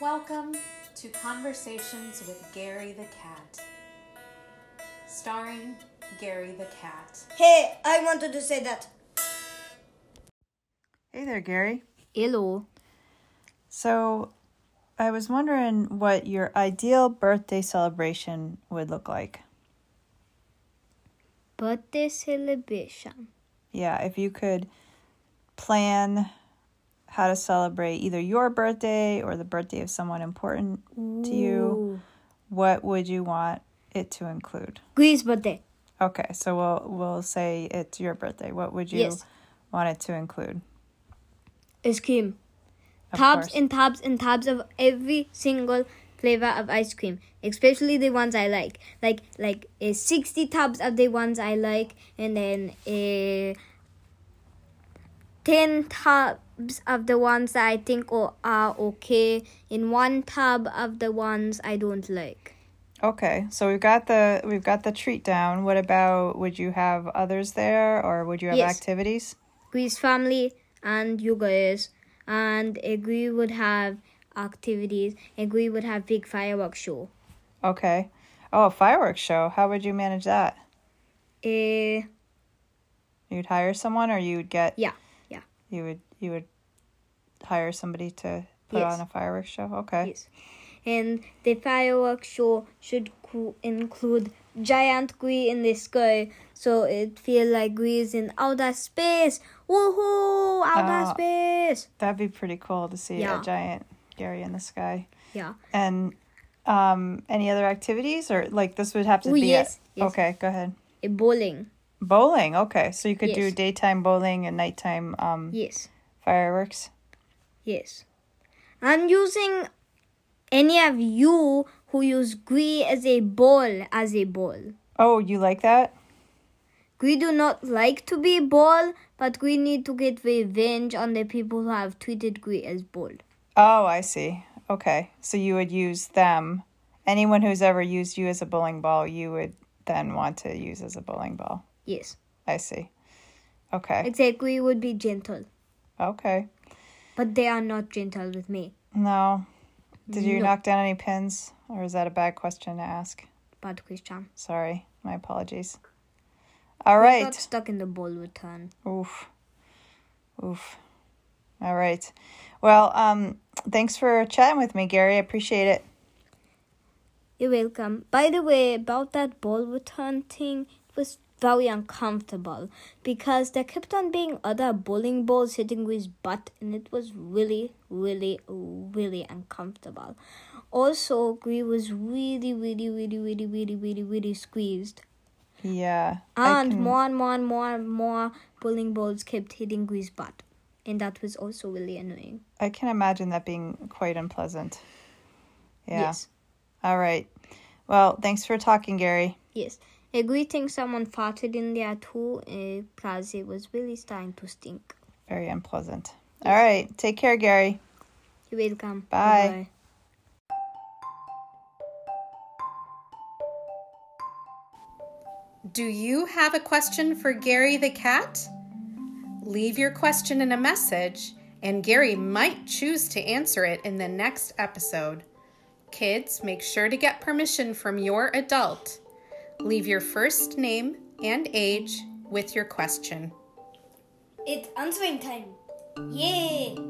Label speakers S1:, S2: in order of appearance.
S1: Welcome to Conversations with Gary the Cat, starring Gary the Cat.
S2: Hey, I wanted to say that.
S3: Hey there, Gary.
S4: Hello.
S3: So, I was wondering what your ideal birthday celebration would look like.
S4: Birthday celebration.
S3: Yeah, if you could plan how to celebrate either your birthday or the birthday of someone important to you, what would you want it to include?
S4: Greece birthday.
S3: Okay, so we'll we'll say it's your birthday. What would you
S4: Yes.
S3: want it to include?
S4: Ice cream.
S3: Of
S4: tubs
S3: course.
S4: and tubs and tubs of every single flavor of ice cream, especially the ones I like. Like like uh, sixty tubs of the ones I like, and then uh, ten tubs of the ones that I think o- are okay, and one tub of the ones I don't like.
S3: Okay, so we've got the we've got the treat down. What about would you have others there or would you have
S4: Yes.
S3: activities?
S4: Greece family and you guys and uh, Greece would have activities and Greece would have big fireworks show.
S3: Okay. Oh, a fireworks show. How would you manage that?
S4: Uh,
S3: You'd hire someone or you would get
S4: yeah, yeah,
S3: you would you would hire somebody to put
S4: Yes.
S3: on a fireworks show. Okay.
S4: yes. And the fireworks show should co- include giant Greece in the sky, so it feel like Greece is in outer space. Woohoo! Outer
S3: Oh.
S4: space.
S3: That'd be pretty cool to see
S4: Yeah.
S3: a giant Gary in the sky.
S4: Yeah.
S3: And um any other activities or like this would have to
S4: Oh,
S3: be a-
S4: yes, yes.
S3: Okay, go ahead.
S4: Uh, bowling.
S3: Bowling. Okay. So you could do
S4: Yes.
S3: daytime bowling and nighttime um
S4: Yes.
S3: fireworks.
S4: Yes. I'm using any of you who use GUI as a ball as a ball.
S3: Oh, you like that?
S4: GUI do not like to be ball, but GUI need to get revenge on the people who have treated GUI as ball.
S3: Oh, I see. Okay. So you would use them. Anyone who's ever used you as a bowling ball, you would then want to use as a bowling ball.
S4: Yes.
S3: I see. Okay.
S4: Except GUI would be gentle.
S3: Okay.
S4: But they are not gentle with me.
S3: No. Did you
S4: No.
S3: knock down any pins? Or is that a bad question to ask?
S4: Bad Christian.
S3: Sorry. My apologies. All
S4: I
S3: right.
S4: got stuck in the ball return.
S3: Oof. Oof. All right. Well, um, thanks for chatting with me, Gary. I appreciate it.
S4: You're welcome. By the way, about that ball return thing, it was very uncomfortable because there kept on being other bowling balls hitting his butt, and it was really, really, really uncomfortable. Also, Gree was really, really, really, really, really, really, really squeezed.
S3: Yeah. I
S4: And
S3: can-
S4: more and more and more and more bowling balls kept hitting Gree's butt. And that was also really annoying.
S3: I can imagine that being quite unpleasant. Yeah.
S4: Yes.
S3: All right. Well, thanks for talking, Gary.
S4: Yes. A Gree thinks someone farted in there too uh, because it was really starting to stink.
S3: Very unpleasant. All right. Take care, Gary.
S4: You're welcome.
S3: Bye.
S4: Bye-bye.
S1: Do you have a question for Gary the Cat? Leave your question in a message, and Gary might choose to answer it in the next episode. Kids, make sure to get permission from your adult. Leave your first name and age with your question.
S2: It's answering time. Yay!